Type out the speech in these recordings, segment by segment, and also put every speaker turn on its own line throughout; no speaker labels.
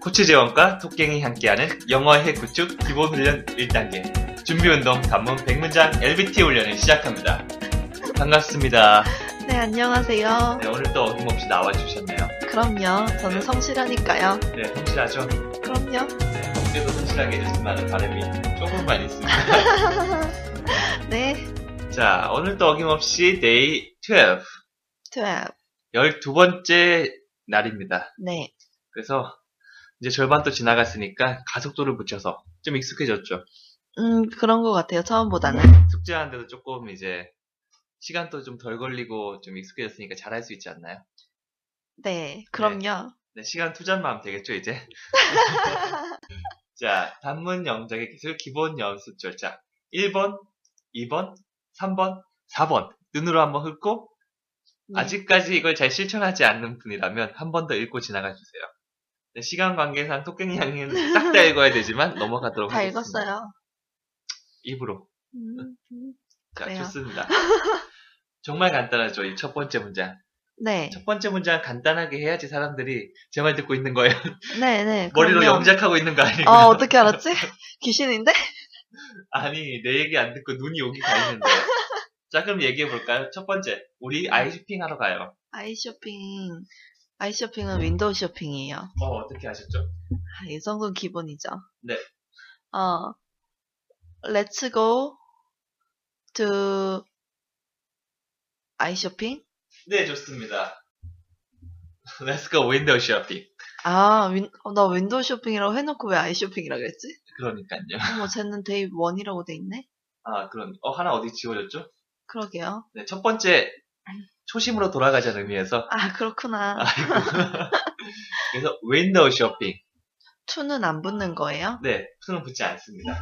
코치재원과 토깽이 함께하는 영어의 구축 기본 훈련 1단계 준비운동 단문 100문장 LBT 훈련을 시작합니다. 반갑습니다.
네, 안녕하세요.
네, 오늘도 어김없이 나와주셨네요.
그럼요. 저는 성실하니까요.
네, 성실하죠?
그럼요.
네, 그래도 성실하게 해줬으면 하는 바람이 조금만 있습니다.
네,
자, 오늘도 어김없이 데이 12,
12.
12번째 날입니다.
네,
그래서 이제 절반도 지나갔으니까 가속도를 붙여서 좀 익숙해졌죠.
음, 그런 것 같아요. 처음보다는.
숙제하는데도 조금 이제 시간도 좀 덜 걸리고 좀 익숙해졌으니까 잘할 수 있지 않나요?
네, 그럼요.
네, 시간 투자만 하면 되겠죠, 이제? 자, 단문 영작의 기술 기본 연습 절차. 1번, 2번, 3번, 4번. 눈으로 한번 훑고,
네.
아직까지 이걸 잘 실천하지 않는 분이라면 한 번 더 읽고 지나가 주세요. 네, 시간 관계상 토끼니 양이는 싹 다 읽어야 되지만 넘어가도록
다
하겠습니다.
읽었어요.
입으로.
음, 음.
자,
그래요.
좋습니다. 정말 간단하죠, 이 첫 번째 문장.
네,
첫 번째 문장 간단하게 해야지 사람들이 제 말 듣고 있는 거예요.
네, 네.
머리로
그럼요.
영작하고 있는 거 아니에요?
아, 어떻게 알았지? 귀신인데?
아니, 내 얘기 안 듣고 눈이 여기 가 있는데. 자, 그럼 얘기해 볼까요? 첫 번째, 우리 아이 쇼핑 하러 가요.
아이 쇼핑. 아이 쇼핑은 윈도우 쇼핑이에요.
어, 어떻게 아셨죠?
아, 이 정도는 기본이죠.
네.
어, let's go to 아이 쇼핑?
네, 좋습니다. Let's go window shopping.
아, 윈, 어, 나 윈도우 쇼핑이라고 해놓고 왜 아이 쇼핑이라고 그랬지?
그러니까요.
어머, 쟤는 데이 1이라고 돼 있네?
아, 그럼, 어, 하나 어디 지워졌죠?
그러게요.
네, 첫 번째, 초심으로 돌아가자는 의미에서,
아, 그렇구나.
그래서 window shopping.
2는 안 붙는 거예요?
네, 손은 붙지 않습니다.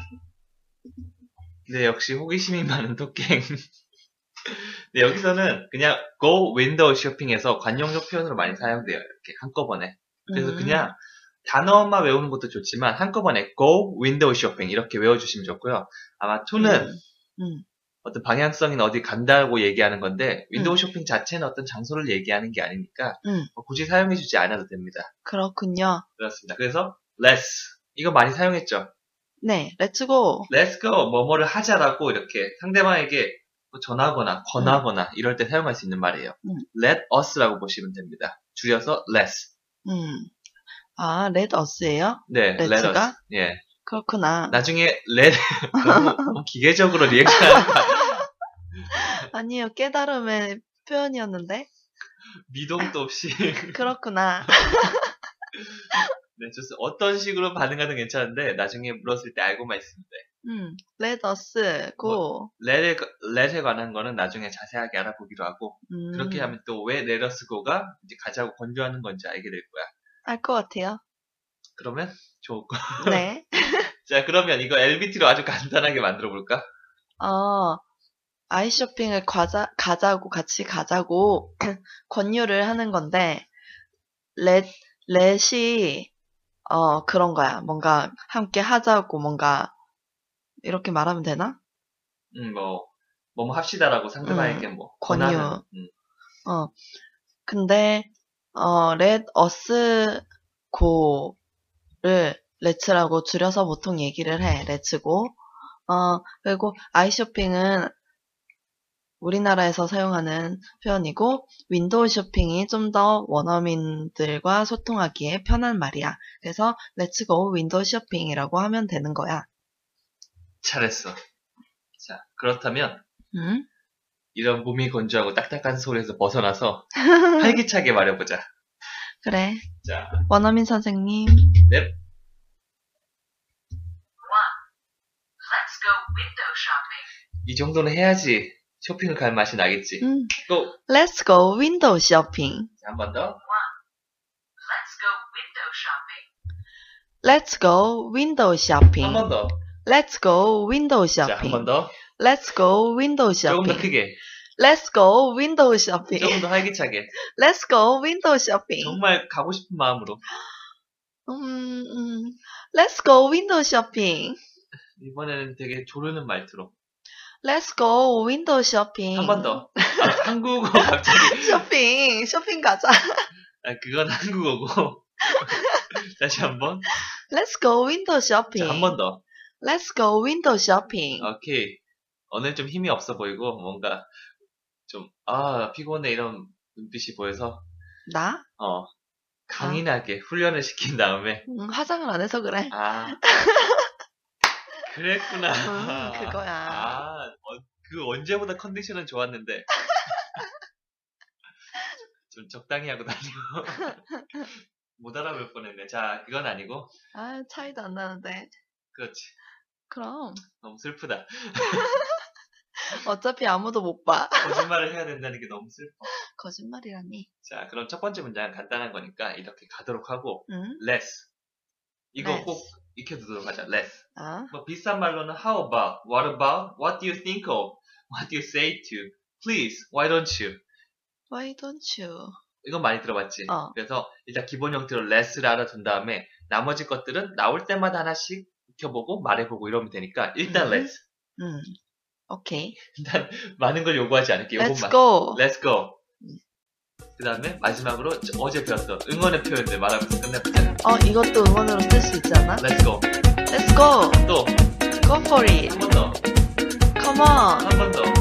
네, 역시 호기심이 많은 토깽. 네, 여기서는 그냥 go window shopping에서 관용적 표현으로 많이 사용돼요. 이렇게 한꺼번에. 그래서
음,
그냥 단어만 외우는 것도 좋지만 한꺼번에 go window shopping 이렇게 외워주시면 좋고요. 아마 to는
음, 음.
어떤 방향성이나 어디 간다고 얘기하는 건데 윈도우 쇼핑 자체는 어떤 장소를 얘기하는 게 아니니까
음.
뭐 굳이 사용해주지 않아도 됩니다.
그렇군요.
그렇습니다. 그래서 let's 이거 많이 사용했죠.
네, let's go.
Let's go 뭐뭐를 하자라고 이렇게 상대방에게 뭐 전하거나 권하거나 이럴 때 사용할 수 있는 말이에요.
음.
Let us라고 보시면 됩니다. 줄여서 let's.
음. 아, let us예요?
네, let
Let's가?
us. 예.
그렇구나.
나중에 let 너무, 너무 기계적으로 리액션한다.
아니요, 깨달음의 표현이었는데?
미동도 없이.
그렇구나.
네, 좋습니다. 어떤 식으로 반응하든 괜찮은데 나중에 물었을 때 알고만 있습니다.
음, let us
뭐,
go.
Let에, let에 관한 거는 나중에 자세하게 알아보기로 하고
음,
그렇게 하면 또 왜 let us go가 이제 가자고 권유하는 건지 알게 될 거야.
알것 같아요.
그러면 좋을 거.
네.
자, 그러면 이거 LBT로 아주 간단하게 만들어 볼까?
어, 아이 쇼핑을 과자, 가자고, 같이 가자고 권유를 하는 건데, let, let이, 어, 그런 거야. 뭔가 함께 하자고, 뭔가, 이렇게 말하면 되나?
음, 뭐, 뭐뭐 합시다라고 상대방에게 뭐,
권유.
권하는, 음,
어. 근데, 어, let us go를 let's라고 줄여서 보통 얘기를 해. let's go. 어, 그리고 아이쇼핑은 우리나라에서 사용하는 표현이고, 윈도우 쇼핑이 좀 더 원어민들과 소통하기에 편한 말이야. 그래서 let's go 윈도우 쇼핑이라고 하면 되는 거야.
잘했어. 자, 그렇다면,
응?
이런 몸이 건조하고 딱딱한 소리에서 벗어나서, 활기차게 말해보자.
그래.
자,
원어민 선생님.
Let's go window shopping.
이 정도는 해야지 쇼핑을 갈 맛이 나겠지.
음,
고!
let's go 윈도우 쇼핑.
한 번 더.
Let's go window shopping.
Let's go window shopping.
한 번 더.
Let's go window
자, 한 번
shopping.
더.
Let's go window
조금 더
shopping.
크게.
Let's go window shopping.
조금 더 활기차게.
Let's go window shopping.
정말 가고 싶은 마음으로.
음, 음. Let's go window shopping.
이번에는 되게 조르는 말투로.
Let's go window shopping.
한 번 더. 아, 한국어 갑자기.
쇼핑, 쇼핑 가자.
아, 그건 한국어고. 다시 한번.
Let's go window shopping.
자, 한 번 아. 더.
Let's go window shopping.
오케이. 오늘 좀 힘이 없어 보이고, 뭔가, 좀, 아, 피곤해, 이런 눈빛이 보여서,
나?
어, 강인하게 훈련을 시킨 다음에,
음, 화장을 안 해서 그래.
아, 그랬구나.
음, 그거야.
아, 어, 그 언제보다 컨디션은 좋았는데, 좀 적당히 하고 다니고. 못 알아볼 뻔했네. 자, 그건 아니고,
아, 차이도 안 나는데.
그렇지.
그럼.
너무 슬프다.
어차피 아무도 못 봐.
거짓말을 해야 된다는 게 너무 슬퍼.
거짓말이라니.
자, 그럼 첫 번째 문장은 간단한 거니까 이렇게 가도록 하고
응?
less 이거
Less.
꼭 익혀두도록 하자. less
아,
뭐 비싼 말로는 how about, what about, what do you think of, what do you say to, please, why don't you
why don't you?
이건 많이 들어봤지.
어.
그래서 일단 기본 형태로 less를 알아둔 다음에 나머지 것들은 나올 때마다 하나씩 익혀보고 말해보고 이러면 되니까 일단
음.
less
응. 오케이.
많은 걸 요구하지 않을게. 요것만.
Let's go.
Let's go. 그 다음에 마지막으로 저- 어제 배웠던 응원의 표현들 말하면서 끝내보자.
어, 이것도 응원으로 쓸 수 있잖아.
Let's go.
Let's go.
또,
Go for it.
한 번 더,
Come on. 그
한 번 더. 네,